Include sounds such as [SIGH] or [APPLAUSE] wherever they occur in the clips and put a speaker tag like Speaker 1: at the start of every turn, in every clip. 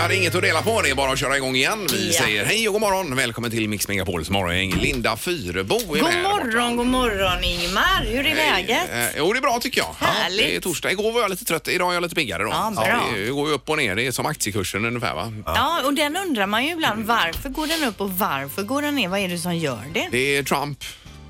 Speaker 1: hade inget att dela på, det är bara att köra igång igen. Vi
Speaker 2: Ja.
Speaker 1: säger hej och god morgon. Välkommen till Mix Megapols morgongäng. Linda Fyrebo är med
Speaker 2: God
Speaker 1: här borta.
Speaker 2: morgon, god morgon Ingmar. Hur är läget?
Speaker 1: Eh, Jo, det är bra tycker jag. Ja,
Speaker 2: Härligt.
Speaker 1: Det är torsdag. Igår var jag lite trött, idag är jag lite piggare då.
Speaker 2: Ja, bra.
Speaker 1: det är- går ju upp och ner, det är som aktiekursen ungefär va?
Speaker 2: Ja, och den undrar man ju ibland. Varför går den upp och varför går den ner? Vad är det som gör det?
Speaker 1: Det är Trump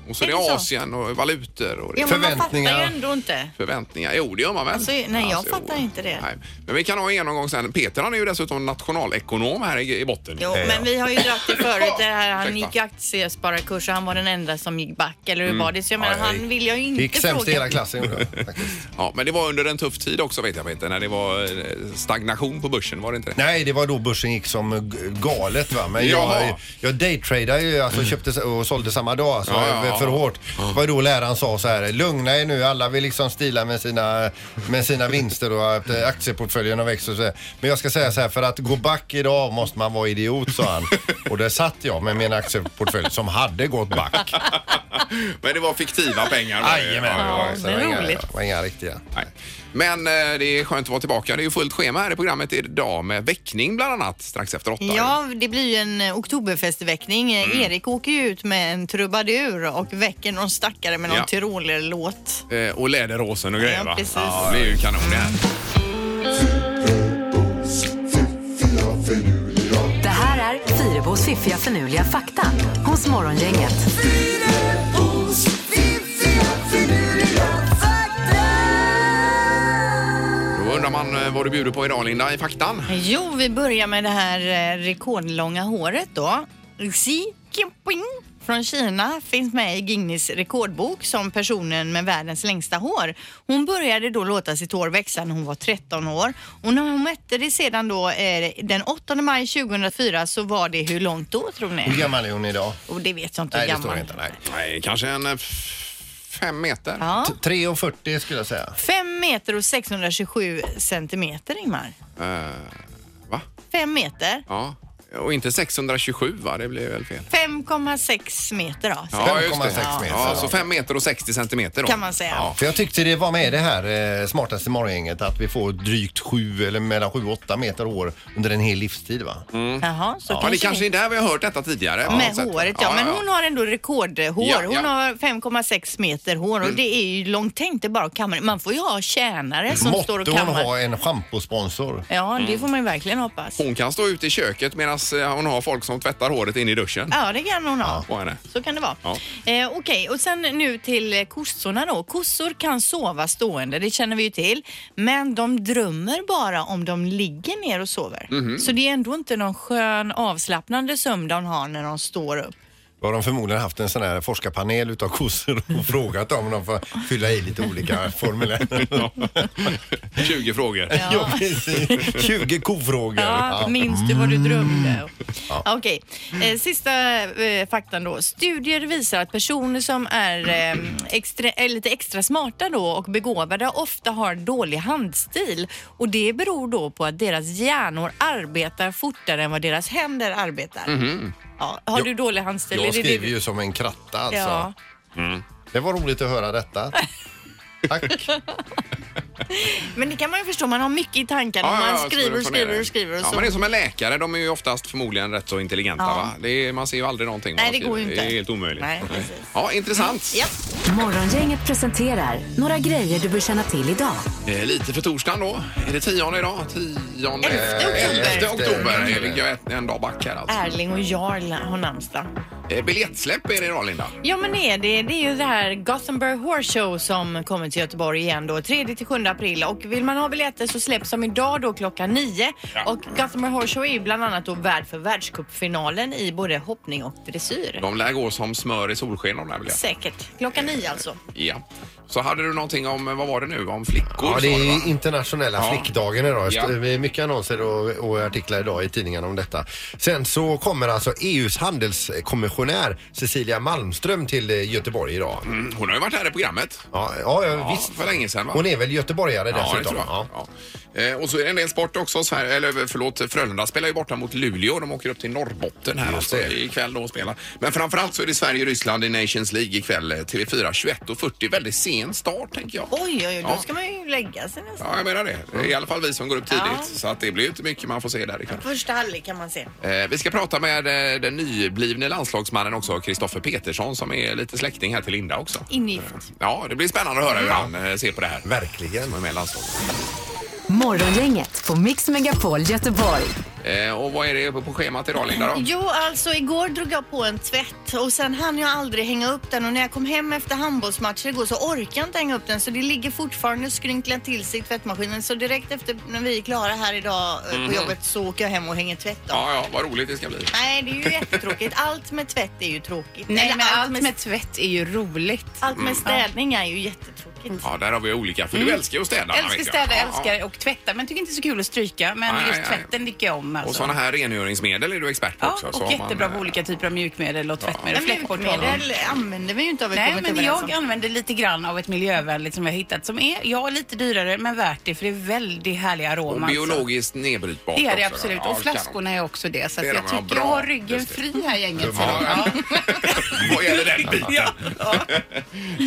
Speaker 1: och så är
Speaker 2: Är
Speaker 1: det,
Speaker 2: det så?
Speaker 1: Asien och valutor och det är
Speaker 2: Ja, men man fattar ju
Speaker 3: Förväntningar.
Speaker 2: ändå inte.
Speaker 1: förväntningar. Jo, det gör man väl?
Speaker 2: Alltså, nej, jag fattar
Speaker 1: jo.
Speaker 2: inte det.
Speaker 1: Nej. Men vi kan ha en genomgång sen. Peter han är ju dessutom nationalekonom här i, i botten.
Speaker 2: Jo,
Speaker 3: Ja, ja.
Speaker 2: men vi har ju dragit det förut. Det här, han
Speaker 1: Ursäkta.
Speaker 2: gick aktiespararkurs och han var den enda som gick back. Eller hur var det? Så jag menar,
Speaker 3: Ja, jag
Speaker 2: han
Speaker 3: gick-
Speaker 2: vill jag ju
Speaker 3: Det
Speaker 2: inte
Speaker 3: gick
Speaker 2: fråga.
Speaker 3: sämst i hela klassen gjorde jag, faktiskt.
Speaker 1: Ja, men det var under en tuff tid också vet jag Peter, när det var eh, stagnation på börsen, var det inte det?
Speaker 3: Nej, det var då börsen gick som g- galet va. Men
Speaker 1: Jaha. Mm.
Speaker 3: jag, jag daytradade ju, alltså köpte s- och sålde samma dag alltså,
Speaker 1: Ja, ja,
Speaker 3: för
Speaker 1: ja.
Speaker 3: hårt. Det var då läraren sa så här, lugna er nu, alla vill liksom stila med sina, med sina vinster och att eh, aktieportföljerna växer och så här. Men jag ska säga så här, för att gå back idag måste man vara idiot sa han. Och där satt jag med min aktieportfölj som hade gått back.
Speaker 1: Men det var fiktiva pengar. var det.
Speaker 3: [LAUGHS] Jajamän.
Speaker 1: Ja, ja, ja.
Speaker 3: Så det var
Speaker 2: det är
Speaker 3: inga-
Speaker 2: roligt.
Speaker 3: det var inga riktiga.
Speaker 1: Nej. Men eh, det är skönt att vara tillbaka. Det är ju fullt schema här i programmet idag med väckning bland annat strax efter åtta.
Speaker 2: Ja, det blir ju en eh, oktoberfestväckning. Eh, Erik åker ju ut med en trubadur och väcker någon stackare med någon
Speaker 1: Ja.
Speaker 2: Tyrolerlåt.
Speaker 1: Eh, Och läderåsen och grejer
Speaker 2: Ja,
Speaker 1: va?
Speaker 2: precis.
Speaker 1: Ja, det är ju kanon det här.
Speaker 4: Det här är Fyrabos fiffiga förnuliga fakta hos Morgongänget.
Speaker 1: Då undrar man eh, vad du bjuder på idag Linda i faktan.
Speaker 2: Jo, vi börjar med det här eh, rekordlånga håret då. Xi Jinping från Kina finns med i Guinness rekordbok som personen med världens längsta hår. Hon började då låta sitt hår växa när hon var 13 år och när hon mätte det sedan då eh, den 8 maj 2004 så var det hur långt då tror
Speaker 3: Hur
Speaker 2: ni?
Speaker 3: gammal är hon idag?
Speaker 2: Och det vet jag inte hur
Speaker 3: Nej, det
Speaker 2: gammal.
Speaker 3: står inte. Nej.
Speaker 1: Nej, kanske en eh, f- fem meter.
Speaker 2: Ja.
Speaker 3: T- 3,40 skulle jag säga.
Speaker 2: 5 meter och 627 centimeter Ingmar.
Speaker 1: Eh, va?
Speaker 2: 5 meter.
Speaker 1: Ja. Och inte 627 va? Det blir väl fel.
Speaker 2: 5,6 meter då.
Speaker 1: Ja, just det.
Speaker 3: 5,6 meter.
Speaker 1: Ja, så fem meter och 60 centimeter då.
Speaker 2: Kan man säga.
Speaker 1: Ja.
Speaker 3: För jag tyckte det var med det här eh, smartaste morgongänget att vi får drygt 7 eller mellan 7 och 8 meter hår under en hel livstid va?
Speaker 2: Mm. Jaha, så
Speaker 1: Ja, det
Speaker 2: kanske
Speaker 1: kanske är där vi har hört detta tidigare. på något
Speaker 2: Med
Speaker 1: sätt.
Speaker 2: håret ja. Men hon har ändå rekordhår.
Speaker 1: Ja,
Speaker 2: Hon
Speaker 1: ja.
Speaker 2: har 5,6 meter hår och det är ju långt tänkt det bara att kamma. Man får ju ha tjänare som
Speaker 3: Måtte
Speaker 2: står och
Speaker 3: hon
Speaker 2: kammar.
Speaker 3: ha en schamposponsor.
Speaker 2: Ja, det får man ju verkligen hoppas.
Speaker 1: Hon kan stå ute i köket medan eh, hon har folk som tvättar håret in i duschen.
Speaker 2: Ja, det kan hon ha.
Speaker 1: På henne.
Speaker 2: Så kan det vara.
Speaker 1: Ja.
Speaker 2: Eh, Okej, och sen nu till eh, kossorna då. Kossor kan sova stående, det känner vi ju till. Men de drömmer bara om de ligger ner och sover. Så det är ändå inte någon skön avslappnande sömn de har när de står upp.
Speaker 3: Då har de förmodligen haft en sån här forskarpanel utav kossor
Speaker 2: [LAUGHS]
Speaker 3: och frågat dem om de får fylla i lite olika
Speaker 2: [LAUGHS]
Speaker 3: formulär.
Speaker 1: 20 frågor.
Speaker 3: Ja, precis. 20 kofrågor.
Speaker 2: Ja,
Speaker 3: Ja.
Speaker 2: minns du vad du drömde? Ja. Okej, eh, sista eh, faktan då. Studier visar att personer som är eh, extra, är lite extra smarta då och begåvade ofta har dålig handstil och det beror då på att deras hjärnor arbetar fortare än vad deras händer arbetar. Ja, har du dålig handstil?
Speaker 3: Jag
Speaker 2: Är det det
Speaker 3: skriver
Speaker 2: du-
Speaker 3: ju som en kratta alltså.
Speaker 2: Ja.
Speaker 3: Det var roligt att höra detta. Tack.
Speaker 2: Men det kan man ju förstå, man har mycket i tankarna.
Speaker 1: Ja, ja,
Speaker 2: man
Speaker 1: ja, så
Speaker 2: skriver och
Speaker 1: får ner
Speaker 2: skriver
Speaker 1: det.
Speaker 2: och skriver och
Speaker 1: Ja,
Speaker 2: så.
Speaker 1: men det är som en läkare, de är ju oftast förmodligen rätt så intelligenta.
Speaker 2: Ja.
Speaker 1: Va? Det är, man ser ju aldrig någonting. vad
Speaker 2: Nej,
Speaker 1: de
Speaker 2: det går ju
Speaker 1: skriver.
Speaker 2: inte.
Speaker 1: Det är helt omöjligt.
Speaker 2: Nej, precis.
Speaker 1: Ja, intressant.
Speaker 2: Ja.
Speaker 4: Morgongänget presenterar några grejer du bör känna till idag.
Speaker 1: Eh, lite för torsdagen då. Är det tionde idag? Tionde...
Speaker 2: Elfte oktober.
Speaker 1: Elfte oktober.
Speaker 3: Elfte.
Speaker 1: Det ligger jag ett- en dag back här alltså.
Speaker 2: Erling och Jarl har namnsdag.
Speaker 1: Eh, biljettsläpp är det idag Linda.
Speaker 2: Ja men det är det. Det är ju det här Gothenburg Horse Show som kommer till Göteborg igen då 3-7 april och vill man ha biljetter så släpps de idag då klockan 9
Speaker 1: Ja.
Speaker 2: och Gothenburg Horse Show är ju bland annat då värd för världscupfinalen i både hoppning och dressyr.
Speaker 1: De lär gå som smör i solsken de där biljetterna.
Speaker 2: Säkert. Klockan 9 alltså.
Speaker 1: Ja. Så hade du någonting om, vad var det nu, om flickor?
Speaker 3: Ja, det
Speaker 1: sa du, va?
Speaker 3: är internationella
Speaker 1: Ja.
Speaker 3: flickdagen idag.
Speaker 1: Ja.
Speaker 3: Det är Mycket annonser och, och artiklar idag i tidningarna om detta. Sen så kommer alltså EUs handelskommissionär Cecilia Malmström till eh, Göteborg idag.
Speaker 1: Mm, Hon har ju varit här i programmet.
Speaker 3: Ja, ja, ja,
Speaker 1: Ja,
Speaker 3: visst.
Speaker 1: För länge sedan va?
Speaker 3: Hon är väl göteborgare
Speaker 1: Ja, det
Speaker 3: dessutom?
Speaker 1: tror jag.
Speaker 3: Ja.
Speaker 1: Ja. Eh, och så är det en del sport också. Sver- eller förlåt, Frölunda spelar ju borta mot Luleå. De åker upp till Norrbotten här alltså,
Speaker 5: det.
Speaker 1: ikväll då och spelar. Men framförallt så är det Sverige-Ryssland i Nations League ikväll. eh, TV4 21.40. Väldigt sen start tänker jag.
Speaker 2: Oj, oj, oj, då
Speaker 1: Ja.
Speaker 2: ska man ju lägga sig nästan.
Speaker 1: Ja, jag menar det. Det är I alla fall vi som går upp tidigt.
Speaker 2: Ja.
Speaker 1: Så att det blir ju inte mycket man får se där ikväll.
Speaker 2: Första halvlek kan man se.
Speaker 1: Eh, vi ska prata med eh, den nyblivne landslagsmannen också, Kristoffer Petersson, som är lite släkting här till Linda också.
Speaker 2: Ingift.
Speaker 1: Ja, det blir spännande att höra hur han eh, ser på det här.
Speaker 3: Verkligen.
Speaker 1: Som är med i landslaget.
Speaker 4: Morgongänget på Mix Megapol Göteborg.
Speaker 1: Eh, och vad är det på på schemat idag Linda då?
Speaker 2: Jo, alltså igår drog jag på en tvätt och sen hann jag aldrig hänga upp den och när jag kom hem efter handbollsmatchen igår så orkade jag inte hänga upp den så det ligger fortfarande skrynklat till sig i tvättmaskinen så direkt efter när vi är klara här idag eh, på jobbet så åker jag hem och hänger tvätt då.
Speaker 1: Mhm. Ja, ja, vad roligt det ska bli.
Speaker 2: Nej, det är ju jättetråkigt. Allt med tvätt är ju tråkigt.
Speaker 6: Nej,
Speaker 2: Eller
Speaker 6: men allt med tvätt är ju roligt.
Speaker 2: allt
Speaker 1: Mm.
Speaker 2: med städning är ju
Speaker 6: Mm.
Speaker 2: jättetråkigt.
Speaker 1: Ja, där har vi olika. För du älskar ju att städa.
Speaker 6: Älskar
Speaker 1: vet jag.
Speaker 6: städa,
Speaker 1: Ja,
Speaker 6: älskar och tvätta. Men tycker inte det är så kul att stryka. Men
Speaker 1: Nej,
Speaker 6: just
Speaker 1: nej, nej.
Speaker 6: tvätten tycker jag om.
Speaker 1: Ja. Och
Speaker 6: Alltså.
Speaker 1: sådana här rengöringsmedel är du expert på
Speaker 6: ja,
Speaker 1: också. så
Speaker 6: och
Speaker 1: har man,
Speaker 6: jättebra på
Speaker 1: eh,
Speaker 6: olika typer av mjukmedel och tvättmedel.
Speaker 2: Men
Speaker 6: Fläckborttagare.
Speaker 2: mjukmedel använder vi ju inte har vi
Speaker 6: Nej,
Speaker 2: kommit
Speaker 6: men
Speaker 2: överens
Speaker 6: jag
Speaker 2: om.
Speaker 6: använder lite grann av ett miljövänligt som jag har hittat som är, ja, lite dyrare men värt det för det är väldigt härlig aroma.
Speaker 1: eh, Och
Speaker 6: alltså.
Speaker 1: biologiskt nedbrytbart
Speaker 6: Det är det
Speaker 1: också.
Speaker 6: absolut.
Speaker 1: Ja,
Speaker 6: Och
Speaker 1: kanon.
Speaker 6: flaskorna är också det. Så att
Speaker 1: Det är
Speaker 6: jag
Speaker 1: de, ja,
Speaker 6: tycker jag
Speaker 1: bra.
Speaker 6: har ryggen
Speaker 1: Just det.
Speaker 6: fri här gänget. Så
Speaker 1: Ja.
Speaker 6: ja.
Speaker 1: [LAUGHS] Vad gäller den biten. [LAUGHS]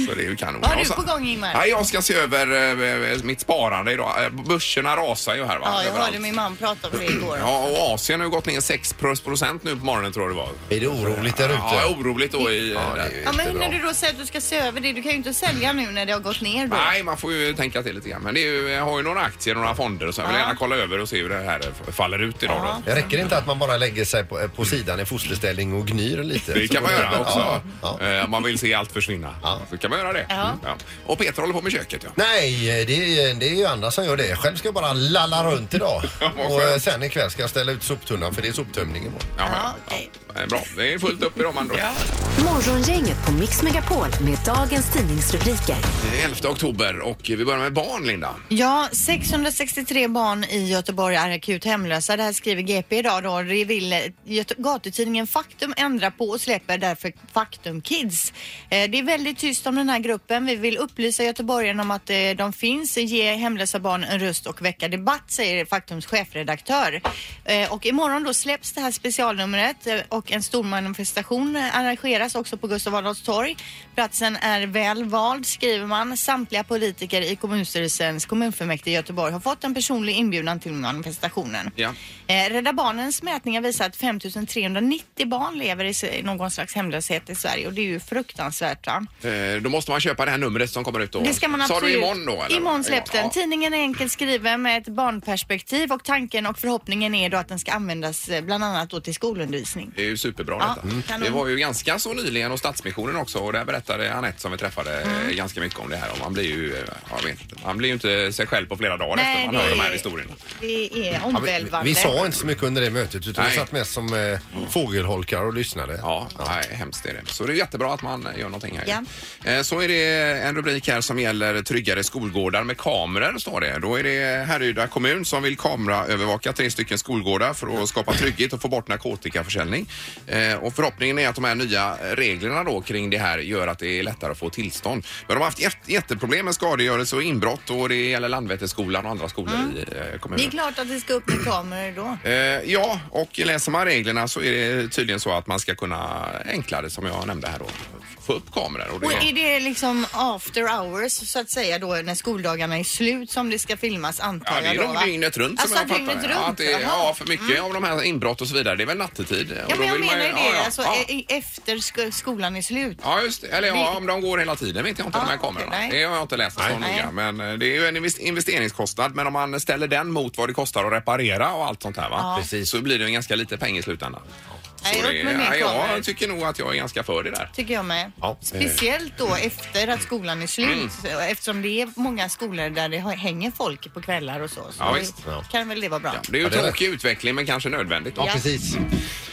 Speaker 1: Så det är ju kanon.
Speaker 2: Vad har
Speaker 1: Och
Speaker 2: du
Speaker 1: så-
Speaker 2: på gång Ingmar?
Speaker 1: Nej, jag ska se över eh, mitt sparande idag. Eh, Börserna rasar ju här va?
Speaker 2: Ja, jag
Speaker 1: Överallt.
Speaker 2: hörde min man prata om det igår.
Speaker 1: Ja, och Asien har ju gått ner 6 procent nu på morgonen tror jag det var.
Speaker 5: Är det oroligt där
Speaker 1: Ja,
Speaker 5: ute?
Speaker 1: oroligt då i... eh,
Speaker 2: Ja, men hur när du då säger att du ska se över det, du kan ju inte sälja nu när det har gått ner då.
Speaker 1: Nej, man får ju tänka till lite grann. Men det är ju, jag har ju några aktier, några fonder och så. Jag vill gärna kolla över och se hur det här f- faller ut idag då.
Speaker 5: Det räcker inte att man bara lägger sig
Speaker 3: eh,
Speaker 5: på, på sidan i fosterställning och gnyr lite.
Speaker 1: Det kan man göra också.
Speaker 5: Ja, ja.
Speaker 1: Eh, Om man vill se allt försvinna. Så kan man göra det.
Speaker 2: Ja.
Speaker 1: Ja. Och Peter håller på med köket ja.
Speaker 5: Nej, det är, det är ju andra som gör det. Själv ska jag bara lalla runt idag.
Speaker 1: [LAUGHS] Ja, vad
Speaker 5: Och
Speaker 1: skönt.
Speaker 5: eh, sen ikväll ska jag ställa ut soptunnan för det är soptömning imorgon.
Speaker 1: Ja,
Speaker 2: Ja, okej.
Speaker 1: Eh, Bra, det är fullt upp i dem ändå.
Speaker 4: Morgongänget på Mix Megapol med dagens tidningsrubriker.
Speaker 1: Det är 11 oktober och vi börjar med barn Linda.
Speaker 2: Ja, 663 barn i Göteborg är akut hemlösa. Det här skriver GP idag då. Det vill eh, Göte- gatutidningen Faktum ändra på och släpper därför Faktum Kids. Eh, Det är väldigt tyst om den här gruppen. Vi vill upplysa göteborgarna om att eh, de finns, ge hemlösa barn en röst och väcka debatt, säger Faktums chefredaktör. Eh, Och imorgon då släpps det här specialnumret eh, och en stor manifestation eh, arrangeras också på Gustav Adolfs torg. Platsen är väl vald skriver man. Samtliga politiker i kommunstyrelsens kommunfullmäktige i Göteborg har fått en personlig inbjudan till manifestationen.
Speaker 1: Ja.
Speaker 2: Eh, Rädda Barnens mätningar visar att 5390 barn lever i s- någon slags hemlöshet i Sverige och det är ju fruktansvärt. Va?
Speaker 1: Eh, Då måste man köpa det här numret som kommer ut då.
Speaker 2: Det ska man absolut.
Speaker 1: Sa du imorgon då? Eller?
Speaker 2: Imorgon släpps den.
Speaker 1: Imorgon, ja.
Speaker 2: Tidningen är enkelt skriven med ett barnperspektiv och tanken och förhoppningen är då att den ska användas eh, bland annat då till skolundervisning.
Speaker 1: Det är ju superbra
Speaker 2: Ja,
Speaker 1: detta.
Speaker 2: kanon.
Speaker 1: Vi var ju ganska så nyligen hos Stadsmissionen också och där berättade Anette som vi träffade eh, ganska mycket om det här. Och man blir ju, eh, jag vet inte, man blir ju inte sig själv på flera dagar efter man hör de här historierna.
Speaker 2: det är
Speaker 5: Ja, vi,
Speaker 2: omvälvande.
Speaker 5: vi sa inte så mycket under det mötet utan
Speaker 1: Nej.
Speaker 5: vi satt mest som eh, fågelholkar och lyssnade.
Speaker 1: Ja, Nej, hemskt är det. Så det är jättebra att man gör någonting här.
Speaker 2: Ja.
Speaker 1: Eh, Så är det en rubrik här som gäller tryggare skolgårdar med kameror, står det. Då är det Härryda kommun som vill kameraövervaka tre stycken skolgårdar för att skapa trygghet och få bort narkotikaförsäljning. Eh, Och förhoppningen är att de här nya reglerna då kring det här gör att det är lättare att få tillstånd. Men de har haft jätte- jätteproblem med skadegörelse och inbrott och det gäller Landvetterskolan och andra skolor i eh,
Speaker 2: Det
Speaker 1: kommunen.
Speaker 2: är klart att det ska upp med kameror då.
Speaker 1: Eh, ja, och läser man reglerna så är det tydligen så att man ska kunna enklare, som jag nämnde här då, få upp kameror. Och det,
Speaker 2: Och är det liksom after hours så att säga då när skoldagarna är slut som det ska filmas antar
Speaker 1: ja, det är
Speaker 2: jag då
Speaker 1: nog
Speaker 2: va?
Speaker 1: dygnet runt som
Speaker 2: alltså,
Speaker 1: jag fattar
Speaker 2: dygnet
Speaker 1: det. ja, att
Speaker 2: runt,
Speaker 1: det. är-
Speaker 2: jaha. Mm.
Speaker 1: Ja, för mycket av de här inbrott och så vidare, det är väl nattetid.
Speaker 2: Ja, men jag menar ju det.
Speaker 1: Ja, ja,
Speaker 2: alltså,
Speaker 1: ja.
Speaker 2: e- e- efter sk- skolan är slut.
Speaker 1: Ja, just det. Eller ja,
Speaker 2: Det-
Speaker 1: om de går hela tiden vet jag inte,
Speaker 2: Ja,
Speaker 1: de här kamerorna.
Speaker 2: okej, nej.
Speaker 1: Det har jag inte läst så noga.
Speaker 2: Nej.
Speaker 1: Men eh, det är ju en invest- investeringskostnad. Men om man ställer den mot vad det kostar att reparera och allt sånt här, va?
Speaker 5: Precis.
Speaker 1: så blir det en ganska lite peng i slutändan.
Speaker 2: Nej,
Speaker 1: Så
Speaker 2: upp
Speaker 1: det,
Speaker 2: med mer
Speaker 1: ja,
Speaker 2: kameror.
Speaker 1: jag tycker nog att jag är ganska för det där.
Speaker 2: Tycker jag med.
Speaker 5: Ja.
Speaker 2: Speciellt då efter att skolan är slut. Så- Eftersom det är många skolor där det har- hänger folk på kvällar och så. så
Speaker 1: Ja,
Speaker 2: det-
Speaker 1: visst.
Speaker 5: Ja.
Speaker 2: kan väl det vara bra.
Speaker 1: Ja, det är ju
Speaker 5: Ja, det är
Speaker 1: tråkig utveckling men kanske nödvändigt.
Speaker 5: Ja,
Speaker 2: Ja.
Speaker 5: precis.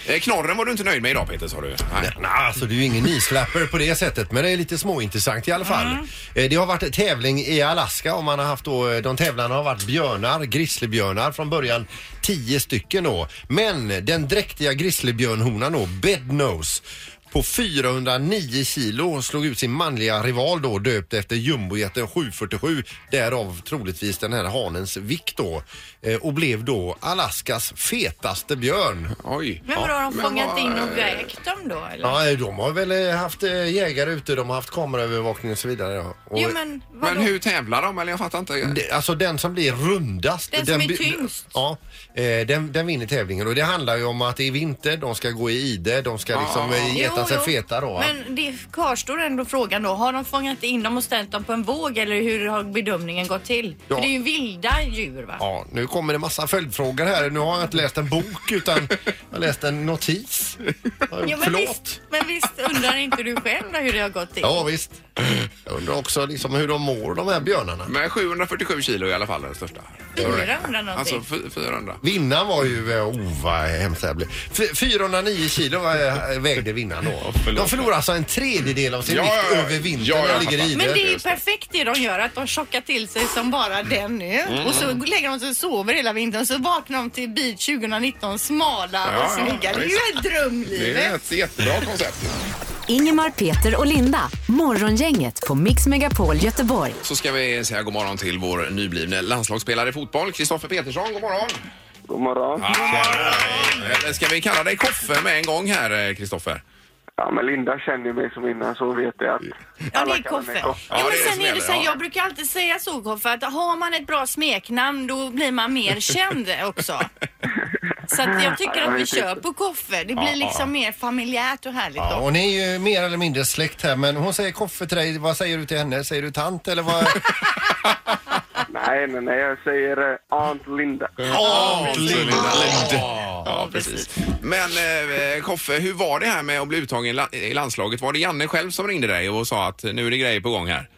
Speaker 1: Eh, Knorren var du inte nöjd med idag Peter sa du? Nej.
Speaker 5: Nej, alltså det är ju ingen nislapper på det sättet men det är lite småintressant i alla fall. Eh, Det har varit tävling i Alaska och man har haft då, eh, de tävlarna har varit björnar, grizzlybjörnar från början, tio stycken då. Men den dräktiga grizzlybjörnhonan då, Bednose,
Speaker 3: på 409 kilo och slog ut sin manliga rival då döpt efter jumbojätten 747 därav troligtvis den här hanens vikt då eh, och blev då Alaskas fetaste björn.
Speaker 1: Oj.
Speaker 2: Men vadå, har de
Speaker 1: Men
Speaker 2: fångat
Speaker 1: vad-
Speaker 2: in och vägt dem då eller?
Speaker 3: Ja, de har väl eh, haft eh, jägare ute, de har haft kameraövervakning och så vidare. ja. Och
Speaker 2: Jo men vadå?
Speaker 1: Men hur tävlar de? Eller jag fattar inte.
Speaker 3: Det- Alltså den som blir rundast.
Speaker 2: Den som är
Speaker 3: blir-
Speaker 2: tyngst.
Speaker 3: Ja, eh, den, den vinner tävlingen. Och det handlar ju om att det är vinter, de ska gå i ide, de ska liksom eh, äta sig feta då. va?
Speaker 2: Men det kvarstår ändå frågan då. Har de fångat in dem och ställt dem på en våg eller hur har bedömningen gått till?
Speaker 3: Ja.
Speaker 2: För det är ju vilda djur va?
Speaker 3: Ja, nu kommer det massa följdfrågor här. Nu har jag inte läst en bok utan jag har läst en notis.
Speaker 2: [LAUGHS] Jo, men
Speaker 3: Förlåt.
Speaker 2: Visst, men visst undrar inte du själv då hur det har gått till?
Speaker 3: Ja, visst. Jag undrar också liksom hur de mår de här björnarna.
Speaker 1: Men 747 kilo i alla fall, den största.
Speaker 2: 400 någonting.
Speaker 1: Alltså fy- 400.
Speaker 3: Vinnaren var ju, eh, oh vad hemskt det här blev. F- 409 kilo var- eh, vägde vinnaren då.
Speaker 1: förlåt.
Speaker 3: De förlorar alltså en tredjedel av sin
Speaker 1: Ja,
Speaker 3: vikt
Speaker 1: ja, ja.
Speaker 3: över vintern
Speaker 1: Ja,
Speaker 3: när
Speaker 1: jag
Speaker 3: de ligger i
Speaker 1: fattar.
Speaker 2: Men det är ju
Speaker 1: Just det.
Speaker 2: perfekt det de gör, att de tjockar till sig som bara den nu.
Speaker 1: Mm.
Speaker 2: Och så lägger de sig och sover hela vintern så vaknar de till beat 2019 smala
Speaker 1: Ja,
Speaker 2: och
Speaker 1: ja,
Speaker 2: snygga. Det är ju
Speaker 1: visst.
Speaker 2: ett drömlivet.
Speaker 1: Det är ett jättebra koncept.
Speaker 4: Ingemar, Peter och Linda. Morgongänget på Mix Megapol Göteborg.
Speaker 1: Så ska vi säga god morgon till vår nyblivne landslagsspelare i fotboll, Kristoffer Petersson. God morgon!
Speaker 7: God morgon.
Speaker 1: Eller ska vi kalla dig Koffe med en gång här, eh, Kristoffer?
Speaker 7: Ja, men Linda känner ju mig som innan så vet jag
Speaker 2: Ja,
Speaker 7: att
Speaker 2: det är
Speaker 7: kallar mig
Speaker 2: Koffe.
Speaker 7: Koffe.
Speaker 2: Ja,
Speaker 1: Ja, det är det
Speaker 2: men
Speaker 1: som
Speaker 2: sen är
Speaker 1: gäller,
Speaker 2: det så här,
Speaker 1: ja.
Speaker 2: jag brukar alltid säga så Koffe, att har man ett bra smeknamn då blir
Speaker 1: [LAUGHS]
Speaker 2: man mer känd också. Så att jag
Speaker 7: Ja,
Speaker 2: tycker
Speaker 7: jag
Speaker 2: att vi
Speaker 7: vet
Speaker 2: kör
Speaker 7: inte.
Speaker 2: på Koffe. Det blir liksom mer familjärt och härligt
Speaker 3: Ja,
Speaker 2: då.
Speaker 3: och ni är ju mer eller mindre släkt här men hon säger koffe till dig. Vad säger du till henne? Säger du tant
Speaker 1: [LAUGHS]
Speaker 3: eller vad?
Speaker 7: Nej, nej, nej, jag säger eh, Aunt Linda.
Speaker 1: Ja, precis. Men eh, Koffe, hur var det här med att bli uttagen i la- i landslaget? Var det Janne själv som ringde dig och sa att nu är det grejer på gång här?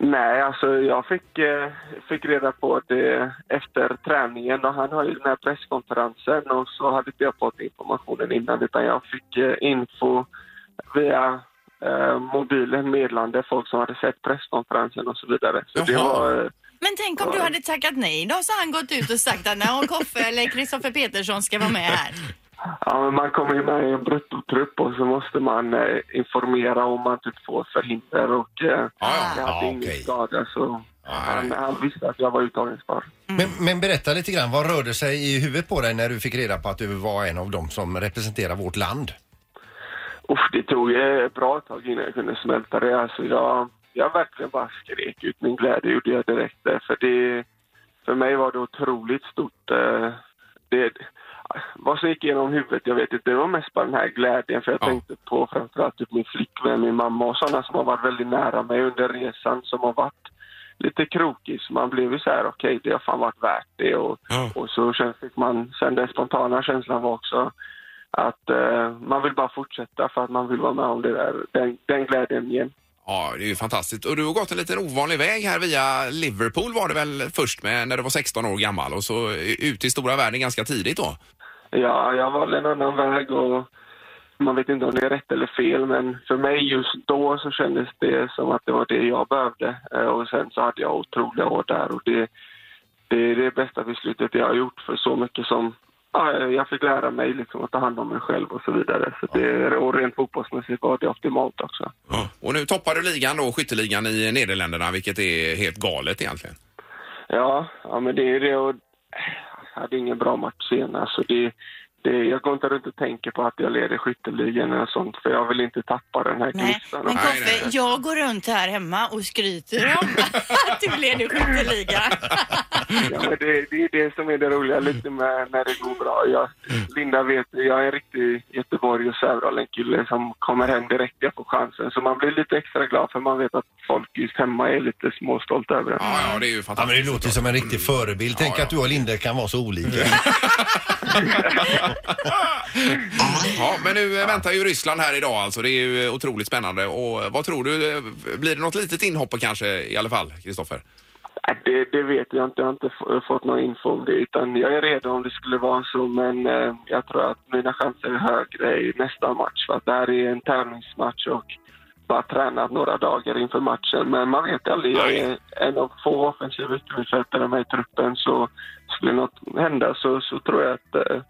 Speaker 7: Nej, alltså jag fick, eh, fick reda på det efter träningen och han har ju den här presskonferensen och så hade inte jag fått informationen innan utan jag fick eh, info via eh, mobilen meddelande folk som hade sett presskonferensen och så vidare. Så det
Speaker 1: Jaha.
Speaker 7: var... Eh,
Speaker 2: Men tänk om du hade tackat nej då så har han gått ut och sagt att nej, Koffe eller Kristoffer Petersson ska vara med här.
Speaker 7: Ja, men man kommer ju med i en bruttotrupp och så måste man eh, informera om man typ får förhinder och eh,
Speaker 1: ja.
Speaker 7: jag
Speaker 3: Ja,
Speaker 7: hade ingen
Speaker 3: okej.
Speaker 7: skada så han, han visste att jag var uttagningsbar.
Speaker 3: men, men berätta lite grann, vad rörde sig i huvudet på dig när du fick reda på att du var en av dem som representerar vårt land?
Speaker 7: Usch, det tog eh, ett bra tag innan jag kunde smälta det. Alltså, jag, jag verkligen bara skrek ut min glädje, gjorde jag direkt. eh, För, det, för mig var det otroligt stort. eh, Det, vad som gick igenom huvudet, jag vet inte. Det var mest bara den här glädjen. För jag
Speaker 1: Ja.
Speaker 7: tänkte på framförallt typ min flickvän, min mamma och sådana som har varit väldigt nära mig under resan som har varit lite krokig. Så man blev ju så här, okej, det har fan varit värt det. Och,
Speaker 1: Ja.
Speaker 7: och så känns, fick man, sen den spontana känslan var också att eh, man vill bara fortsätta för att man vill vara med om det där, den, den glädjen igen.
Speaker 1: Ja, det är ju fantastiskt. Och du har gått en liten ovanlig väg här via Liverpool var det väl först med när du var 16 år gammal och så ut i stora världen ganska tidigt då.
Speaker 7: Ja, jag valde en annan väg och man vet inte om det är rätt eller fel men för mig just då så kändes det som att det var det jag behövde. Eh, och sen så hade jag otroliga år där och det, det är det bästa beslutet jag har gjort för så mycket som ja, jag fick lära mig liksom att ta hand om mig själv och så vidare. Så det, och rent fotbollsmässigt var det optimalt också.
Speaker 1: Och nu toppar du ligan då, skytteligan i Nederländerna, vilket är helt galet egentligen.
Speaker 7: Ja, ja men det är det. Och, jag hade ingen bra match senast. Så det, det, jag går inte runt och tänker på att jag leder skytteligan eller sånt, för jag vill inte tappa den här
Speaker 2: Nej,
Speaker 7: gnistan.
Speaker 2: men
Speaker 1: Nej, nej,
Speaker 2: Koffe,
Speaker 1: nej.
Speaker 2: jag går runt här hemma och skryter om [LAUGHS] att du leder skytteligan.
Speaker 7: Ja, men det, det är det som är det roliga
Speaker 2: Mm.
Speaker 7: lite med när det går bra. Jag, Linda vet, jag är en riktig Göteborg och Sävedalen-kille som kommer hem direkt jag får chansen. Så man blir lite extra glad för man vet att folk just hemma är lite småstolta över en.
Speaker 1: Ja, ja, det är ju
Speaker 3: Ja men det
Speaker 1: fantastiskt.
Speaker 3: låter ju som en riktig förebild. Tänk
Speaker 1: ja.
Speaker 3: att du och Linda kan vara så olika.
Speaker 1: Ja, men nu eh, väntar ju Ryssland här idag alltså. Det är ju eh, otroligt spännande. Och eh, vad tror du? eh, Blir det något litet inhopp kanske i alla fall, Kristoffer?
Speaker 7: Nej, Det, det vet jag inte. Jag har inte f- fått någon info om det. Utan jag är redo om det skulle vara så, men eh, jag tror att mina chanser är högre i nästa match. För att det här är en tävlingsmatch och bara tränat några dagar inför matchen. Men man vet aldrig. Jag är en av få offensiva yttermittfältare med i truppen. Så skulle något hända så, så tror jag att eh,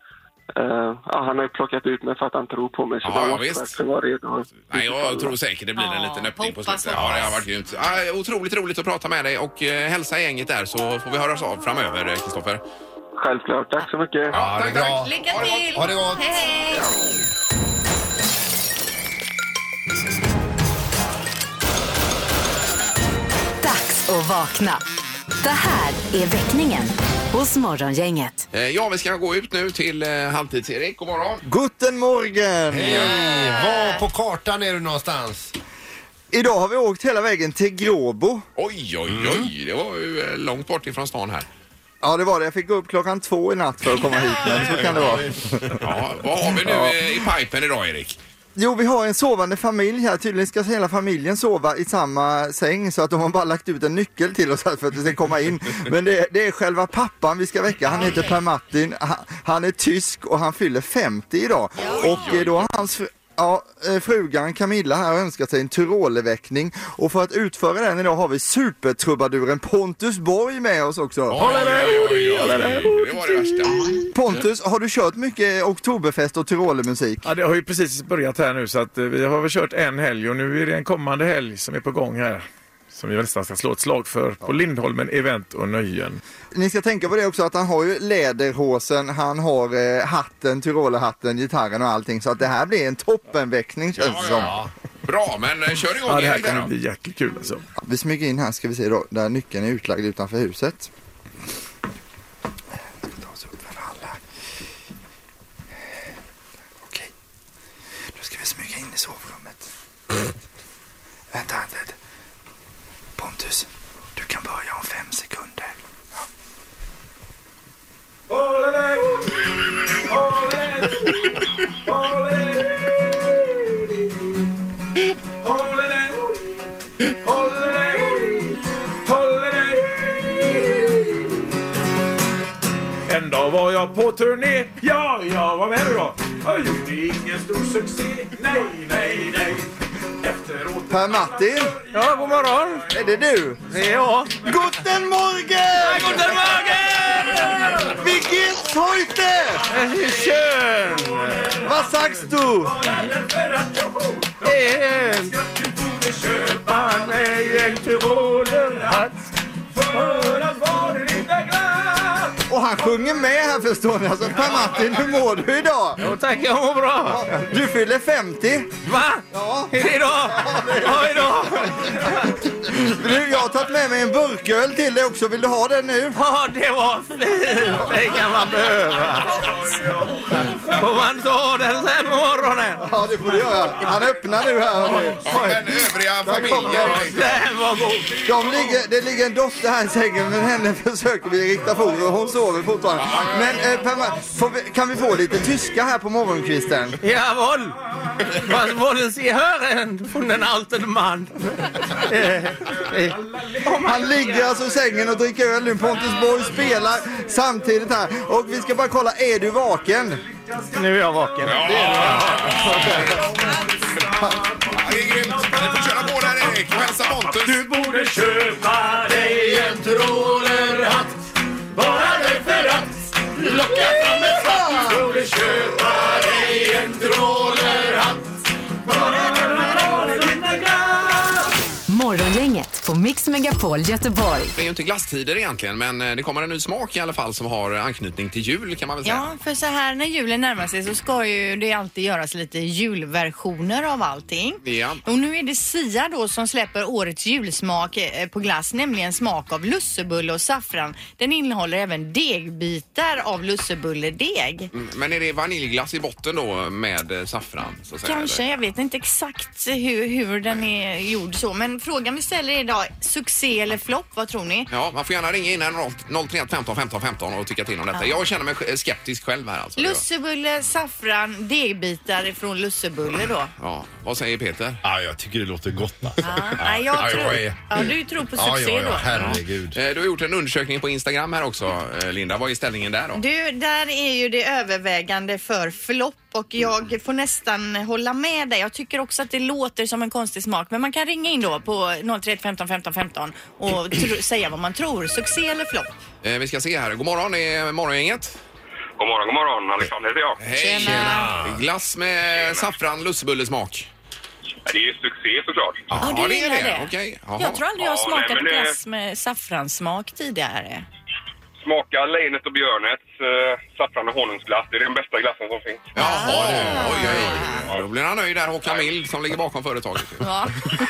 Speaker 7: Eh, ja, han har ju plockat ut mig för att han tror på mig, så
Speaker 1: Ja,
Speaker 7: man
Speaker 1: ja,
Speaker 7: måste
Speaker 1: visst.
Speaker 7: verkligen vara redo.
Speaker 1: Nej, jag tror säkert det blir en liten
Speaker 2: Ja,
Speaker 1: öppning på
Speaker 2: hoppas,
Speaker 1: slutet. Ja, det har
Speaker 2: hoppas.
Speaker 1: varit grymt. Ja, otroligt roligt att prata med dig och eh, hälsa gänget där så får vi höras av framöver, eh, Kristoffer.
Speaker 7: Självklart. Tack så mycket.
Speaker 1: Ja, tack, tack.
Speaker 2: Lycka
Speaker 1: Ha det gott.
Speaker 2: till!
Speaker 5: Ha det gott.
Speaker 2: Hej, hej!
Speaker 4: Dags att vakna. Det här är väckningen hos Morgongänget.
Speaker 1: Eh, Ja, vi ska gå ut nu till eh, Halvtids-Erik. God morgon!
Speaker 8: Guten Morgen!
Speaker 3: Var på kartan är du någonstans?
Speaker 8: Idag har vi åkt hela vägen till Gråbo.
Speaker 1: Oj, oj, oj! Det var ju eh, långt bort ifrån stan här.
Speaker 8: Ja, det var det. Jag fick gå upp klockan två i natt för att komma hit, men så kan det vara.
Speaker 1: [LAUGHS] Ja, vad har vi nu eh, i pipen idag, Erik?
Speaker 8: Jo, vi har en sovande familj här. Tydligen ska hela familjen sova i samma säng så att de har bara lagt ut en nyckel till oss här för att vi ska komma in. Men det, det är själva pappan vi ska väcka. Han heter Per-Martin. Han, han är tysk och han fyller 50 idag. Och eh, då har hans fru- Ja, eh, frugan Camilla här har önskat sig en Tyroleväckning och för att utföra den idag har vi supertrubaduren Pontus Borg med oss också.
Speaker 1: oj, oj, oj, oj. Det var det värsta.
Speaker 8: Pontus, har du kört mycket Oktoberfest och Tyrolemusik?
Speaker 9: Ja, det har ju precis börjat här nu så att eh, vi har väl kört en helg och nu är det en kommande helg som är på gång här. Som vi väl nästan ska slå ett slag för på Lindholmen Event och Nöjen.
Speaker 8: Ni ska tänka på det också att han har ju läderhosen, han har eh, hatten, tyrolerhatten, gitarren och allting så att det här blir en toppenväckning känns det som.
Speaker 1: Bra, men eh, kör igång
Speaker 9: Ja, det här
Speaker 1: Erik där
Speaker 9: kan
Speaker 1: då.
Speaker 9: bli jäkligt kul alltså.
Speaker 8: Vi smyger in här ska vi se då, där nyckeln är utlagd utanför huset. Jag ska ta oss upp för alla. Okej. Då ska vi smyga in i sovrummet. Vänta, vänta. Pontus, du kan börja om fem sekunder.
Speaker 9: En dag var jag på turné, ja, jag var med då. Jag gjorde ingen stor succé, nej, nej, nej. Efteråt...
Speaker 8: Per Martin,
Speaker 9: Ja, god morgon!
Speaker 8: är det du?
Speaker 9: Det är jag.
Speaker 8: Guten Morgen!
Speaker 9: Guten Morgen!
Speaker 8: Wie geht's heute?
Speaker 9: Schön!
Speaker 8: Was sagst du?
Speaker 9: En. Köpa mig en tyrolerhatt för att vara din glad.
Speaker 8: Och han sjunger med här förstår ni. Alltså Per Martin, hur mår du idag?
Speaker 9: Jo tack, jag mår bra.
Speaker 8: Du fyller 50.
Speaker 9: Va?
Speaker 8: Ja.
Speaker 9: Är det idag? Ja, idag.
Speaker 8: Du, jag har tagit med mig en burköl till dig också. Vill du ha den nu?
Speaker 9: Ja, det var fint. Det kan man behöva. Får man ta den sen på morgonen?
Speaker 8: Ja, det får du göra. Han öppnar nu här. hörni.
Speaker 1: Ja, men övriga familjen.
Speaker 8: kommer
Speaker 1: Erik.
Speaker 9: Den var god.
Speaker 8: De ligger, det ligger en dotter här i sängen, men henne försöker vi rikta fokus och Hon sover fortfarande. Men eh, per Martin, får vi, kan vi få lite tyska här på morgonkvisten?
Speaker 9: Jawohl! Was wollen Sie hören von den alten Mann? Eh, eh.
Speaker 8: Han ligger alltså i sängen och dricker öl nu. Pontus Borg spelar samtidigt här. Och vi ska bara kolla, är du vaken?
Speaker 9: Nu är jag vaken.
Speaker 1: Ja, det är grymt. Du får köra på där Erik. Hälsa Pontus.
Speaker 9: Du borde köpa dig en trålerhatt Bara dig för att locka fram ett svart Du borde köpa dig en trålerhatt Bara för att ha det lite glatt
Speaker 4: Morgongänget på Mix Megapol Göteborg.
Speaker 1: Det är ju inte glasstider egentligen, men eh, det kommer en ny smak i alla fall som har eh, anknytning till jul kan man väl säga.
Speaker 2: Ja, för så här när julen närmar sig så ska ju det alltid göras lite julversioner av allting.
Speaker 1: Ja.
Speaker 2: Och nu är det Sia då som släpper årets julsmak eh, på glass, nämligen smak av lussebulle och saffran. Den innehåller även degbitar av lussebulledeg.
Speaker 1: Mm, Men är det vaniljglass i botten då med eh, saffran? Så att säga,
Speaker 2: Kanske,
Speaker 1: eller?
Speaker 2: jag vet inte exakt hur, hur den är gjord så. Men frågan vi ställer är idag, succé eller flopp, vad tror ni?
Speaker 1: Ja, man får gärna ringa in här 031 15 15 15 och tycka till om detta. Jag känner mig sj- skeptisk själv här alltså.
Speaker 2: Lussebulle, saffran, degbitar från lussebulle då.
Speaker 1: Ja, vad säger Peter? Eh,
Speaker 3: Ja, jag tycker det låter gott alltså.
Speaker 2: Ja, nej,
Speaker 3: ja,
Speaker 2: jag tror,
Speaker 3: jag är-
Speaker 2: ja, du tror på
Speaker 3: Ja,
Speaker 2: succé
Speaker 3: ja, ja,
Speaker 2: då.
Speaker 3: herregud.
Speaker 1: Eh, Du har gjort en undersökning på Instagram här också, eh, Linda. Vad är ställningen där då?
Speaker 2: Du, där är ju det övervägande för flopp och
Speaker 3: Mm.
Speaker 2: jag får nästan hålla med dig. Jag tycker också att det låter som en konstig smak men man kan ringa in då på 031 15 15 15
Speaker 3: [CLEARS THROAT]
Speaker 2: och tro, säga vad man tror. Succé eller flopp?
Speaker 1: Eh, Vi ska se här. God morgon, det är Morgongänget.
Speaker 7: God morgon, god morgon. Alexander heter jag.
Speaker 1: Hej! Tjena. Glass med saffran lussebullesmak.
Speaker 7: Det är ju succé såklart.
Speaker 2: Ja,
Speaker 1: Ja,
Speaker 2: du gillar det?
Speaker 1: Okej. Jaha.
Speaker 2: Jag tror aldrig jag har
Speaker 7: Ja,
Speaker 2: smakat
Speaker 7: nej, men det-
Speaker 2: glass med saffranssmak tidigare.
Speaker 7: Smaka lejonet och björnet, eh, saffran och honungsglass. Det är den bästa glassen som finns.
Speaker 1: Jaha, du. Oj, oj, oj. Då blir han nöjd där, Håkan Mild, som ligger bakom företaget.
Speaker 2: Ja.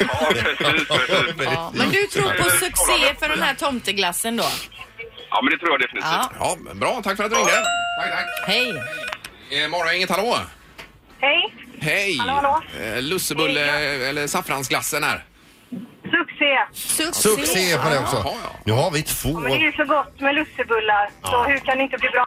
Speaker 7: Ja, precis, precis.
Speaker 2: Ja. Men du tror på succé för den här tomteglassen då?
Speaker 7: Ja, men det tror jag definitivt.
Speaker 2: Ja.
Speaker 1: Ja, bra. Tack för att du ringde. Tack, tack.
Speaker 2: Hej!
Speaker 1: Eh, morgon, inget hallå?
Speaker 10: Hej!
Speaker 1: Hej!
Speaker 10: Hallå, hallå.
Speaker 1: Eh, Lussebulle, eller saffransglassen här.
Speaker 10: Succé!
Speaker 2: Succé!
Speaker 5: Succé på det också.
Speaker 1: Jaha, ja.
Speaker 5: Nu har vi två.
Speaker 10: Men det är ju så gott med lussebullar, så hur kan det inte bli bra?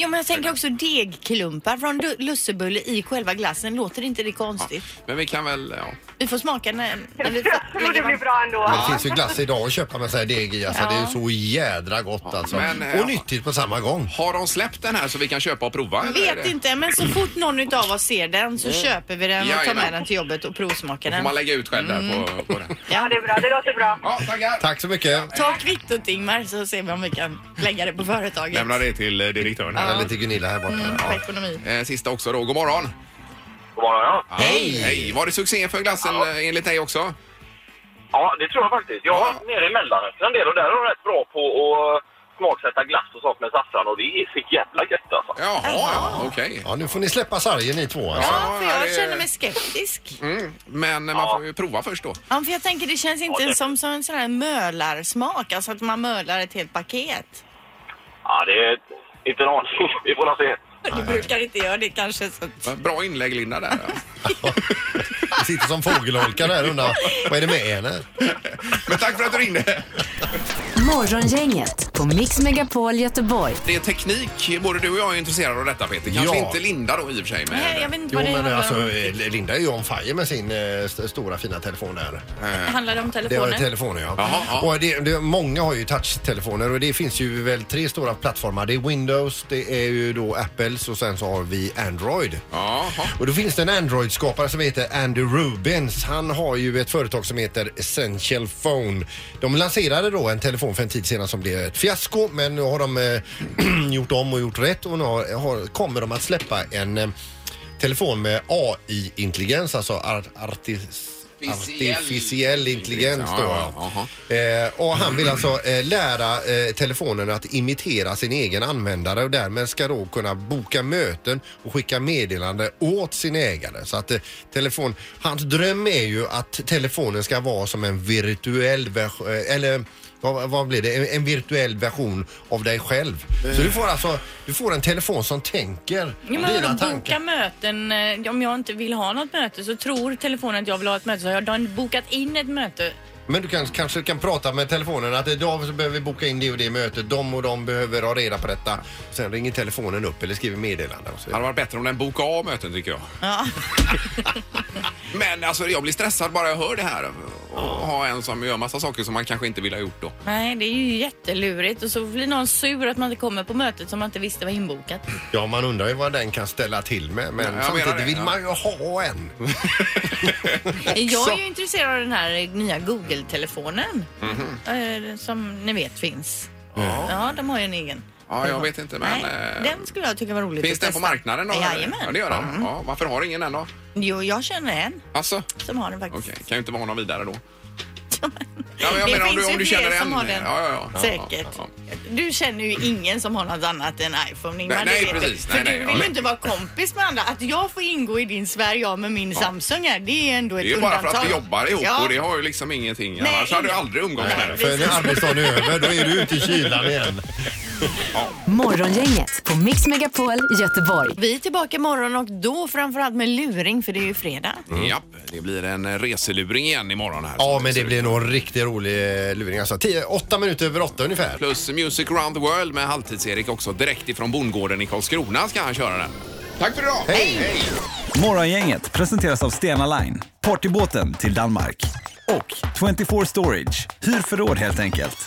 Speaker 2: Ja, men jag tänker också degklumpar från du- lussebulle i själva glassen. Låter inte det konstigt?
Speaker 1: Men vi kan väl... Ja.
Speaker 2: Vi får smaka när, när vi...
Speaker 10: [LAUGHS] Jag tror det blir bra ändå.
Speaker 3: Det finns ju glass idag att köpa med så här deg i. Alltså, Det är ju så jädra gott alltså.
Speaker 1: Men, eh,
Speaker 3: och nyttigt på samma gång.
Speaker 1: Har de släppt den här så vi kan köpa och prova? eller är
Speaker 2: Vet
Speaker 1: det-
Speaker 2: inte, men så fort någon av oss ser den så köper vi den och tar
Speaker 1: Jajamän.
Speaker 2: med den till jobbet och provsmakar
Speaker 1: Får
Speaker 2: den.
Speaker 1: man lägga ut själv där
Speaker 2: Mm.
Speaker 1: på, på den?
Speaker 10: Ja, det är bra. Det låter bra.
Speaker 1: Ja, tackar!
Speaker 3: Tack så mycket.
Speaker 2: Ta kvittot Ingmar så ser vi om vi kan lägga det på företaget.
Speaker 1: Lämna det till eh, direktören här.
Speaker 3: Eller till Gunilla här borta.
Speaker 2: Mm, på ekonomi.
Speaker 1: Eh, Sista också då. God morgon!
Speaker 7: God morgon, ja.
Speaker 1: Hej! Hej! Var det succé för glassen eh, enligt dig också?
Speaker 7: Ja, det tror jag faktiskt. Jag har varit nere i Mellanöstern en del och där är de rätt bra på att smaksätta glass och sånt med saffran och det är så jävla gött alltså.
Speaker 1: Jaha, ja, okej.
Speaker 3: Ja, nu får ni släppa sargen ni två alltså.
Speaker 2: Ja, för
Speaker 1: det-
Speaker 2: jag känner mig skeptisk.
Speaker 1: Mm, men man får ju prova först då.
Speaker 2: Ja, för jag tänker det känns inte
Speaker 7: Ja, det-
Speaker 2: som, som en sån här mölarsmak, alltså att man mölar ett helt paket.
Speaker 7: Ja, det är inte en aning. [LAUGHS] Vi får se.
Speaker 2: Du brukar inte göra det kanske. Så... att-
Speaker 1: Bra inlägg Linda där. ja.
Speaker 3: Det sitter som fågelholkar där och undrar vad är det med henne?
Speaker 1: Men tack för att du ringde.
Speaker 4: Morgongänget på Mix Megapol Göteborg.
Speaker 1: Det är teknik. Både du och jag är intresserade av detta Peter. Kanske
Speaker 3: Ja.
Speaker 1: inte Linda då i och för sig. Men...
Speaker 2: Nej, jag vet inte
Speaker 3: Jo
Speaker 2: vad det
Speaker 3: men
Speaker 2: handlar om.
Speaker 3: alltså eh, Linda är ju on fire med sin eh, st- stora fina telefon där.
Speaker 2: Handlar det om
Speaker 3: Det var
Speaker 2: telefonen?
Speaker 3: telefoner ja.
Speaker 1: Jaha, ja.
Speaker 3: Och det, det, många har ju touchtelefoner och det finns ju väl tre stora plattformar. Det är Windows, det är ju då Apples och sen så har vi Android.
Speaker 1: Jaha.
Speaker 3: Och då finns det en Android-skapare som heter Andy Rubins. Han har ju ett företag som heter Essential Phone. De lanserade då en telefon för en tid sedan som blev ett fiasko men nu har de eh, [CLEARS THROAT] gjort om och gjort rätt och nu har, har, kommer de att släppa en eh, telefon med AI-intelligens, alltså ar, artis,
Speaker 1: Artificiell-
Speaker 3: artificiell intelligens. Då.
Speaker 1: Ja, ja, jaha.
Speaker 3: Eh, och han vill alltså eh, lära eh, telefonen att imitera sin egen användare och därmed ska då kunna boka möten och skicka meddelande åt sin ägare. Så att eh, telefon, hans dröm är ju att telefonen ska vara som en virtuell version, eh, eller vad, vad blir det? En, en virtuell version av dig själv. Så du får alltså, du får en telefon som tänker
Speaker 2: Jo, men vadå,
Speaker 3: dina
Speaker 2: boka
Speaker 3: tankar.
Speaker 2: möten. eh, Om jag inte vill ha något möte så tror telefonen att jag vill ha ett möte så har jag bokat in ett möte.
Speaker 3: Men du kan, kanske kan prata med telefonen att idag så behöver vi boka in det och det mötet. De och de behöver ha reda på detta. Sen ringer telefonen upp eller skriver meddelande. Och så.
Speaker 1: Det hade varit bättre om den bokade av möten tycker jag.
Speaker 2: Ja.
Speaker 1: [LAUGHS] Men alltså jag blir stressad bara jag hör det här. Och ha en som gör massa saker som man kanske inte vill ha gjort då.
Speaker 2: Nej, det är ju jättelurigt och så blir någon sur att man inte kommer på mötet som man inte visste var inbokat.
Speaker 3: Ja, man undrar ju vad den kan ställa till med. Men
Speaker 1: Ja, jag menar
Speaker 3: samtidigt
Speaker 1: det,
Speaker 3: vill
Speaker 1: ja.
Speaker 3: man ju ha en.
Speaker 2: Jag är ju intresserad av den här nya Google-telefonen
Speaker 1: Mhm.
Speaker 2: eh, som ni vet finns. Ja, de har ju en egen.
Speaker 1: Ja, jag vet inte men...
Speaker 2: Mm. Nej,
Speaker 1: eh,
Speaker 2: den skulle jag tycka var rolig
Speaker 1: Finns
Speaker 2: att
Speaker 1: den på
Speaker 2: testa.
Speaker 1: marknaden då?
Speaker 2: Jajamän. Mm.
Speaker 1: Ja, det gör den. Ja, varför har ingen den då?
Speaker 2: Jo, jag känner en
Speaker 1: Alltså,
Speaker 2: som har den
Speaker 1: okej,
Speaker 2: faktiskt.
Speaker 1: kan ju inte vara någon vidare då. Ja, men
Speaker 2: det
Speaker 1: jag menar om du,
Speaker 2: finns
Speaker 1: om
Speaker 2: ju
Speaker 1: du
Speaker 2: fler
Speaker 1: känner en.
Speaker 2: som har den.
Speaker 1: Ja, ja, ja.
Speaker 2: Säkert.
Speaker 1: Ja, ja,
Speaker 2: Du känner ju ingen som har något annat än iPhone Ingmar.
Speaker 1: Nej,
Speaker 2: det
Speaker 1: nej,
Speaker 2: vet du.
Speaker 1: precis.
Speaker 2: För
Speaker 1: Nej,
Speaker 2: du
Speaker 1: nej,
Speaker 2: vill
Speaker 1: ja,
Speaker 2: ju
Speaker 1: men-
Speaker 2: inte vara kompis med andra. Att jag får ingå i din sfär, jag med min Samsung här, det är ändå
Speaker 1: Det
Speaker 2: ett
Speaker 1: är ju bara
Speaker 2: undantag.
Speaker 1: för att vi jobbar ihop
Speaker 2: Ja.
Speaker 1: och det har ju liksom ingenting.
Speaker 2: Nej,
Speaker 1: Annars hade du
Speaker 2: ingen-
Speaker 1: aldrig umgåtts med det.
Speaker 2: precis.
Speaker 3: För när arbetsdagen är över, då är du ute i kylan igen.
Speaker 4: Morgongänget på Mix Megapol Göteborg.
Speaker 2: Vi är tillbaka imorgon och då framförallt med luring för det är ju fredag.
Speaker 1: Ja, det blir en reseluring igen imorgon här.
Speaker 3: Ja, men det blir nog en riktigt rolig eh, luring. Alltså, tio, åtta minuter över åtta ungefär.
Speaker 1: Plus Music around the world med Halvtids-Erik också. Direkt ifrån bondgården i Karlskrona ska han köra den. Tack för idag! Hej!
Speaker 11: Morgongänget presenteras av Stena Line, partybåten till Danmark. Och 24 Storage, hyr förråd helt enkelt.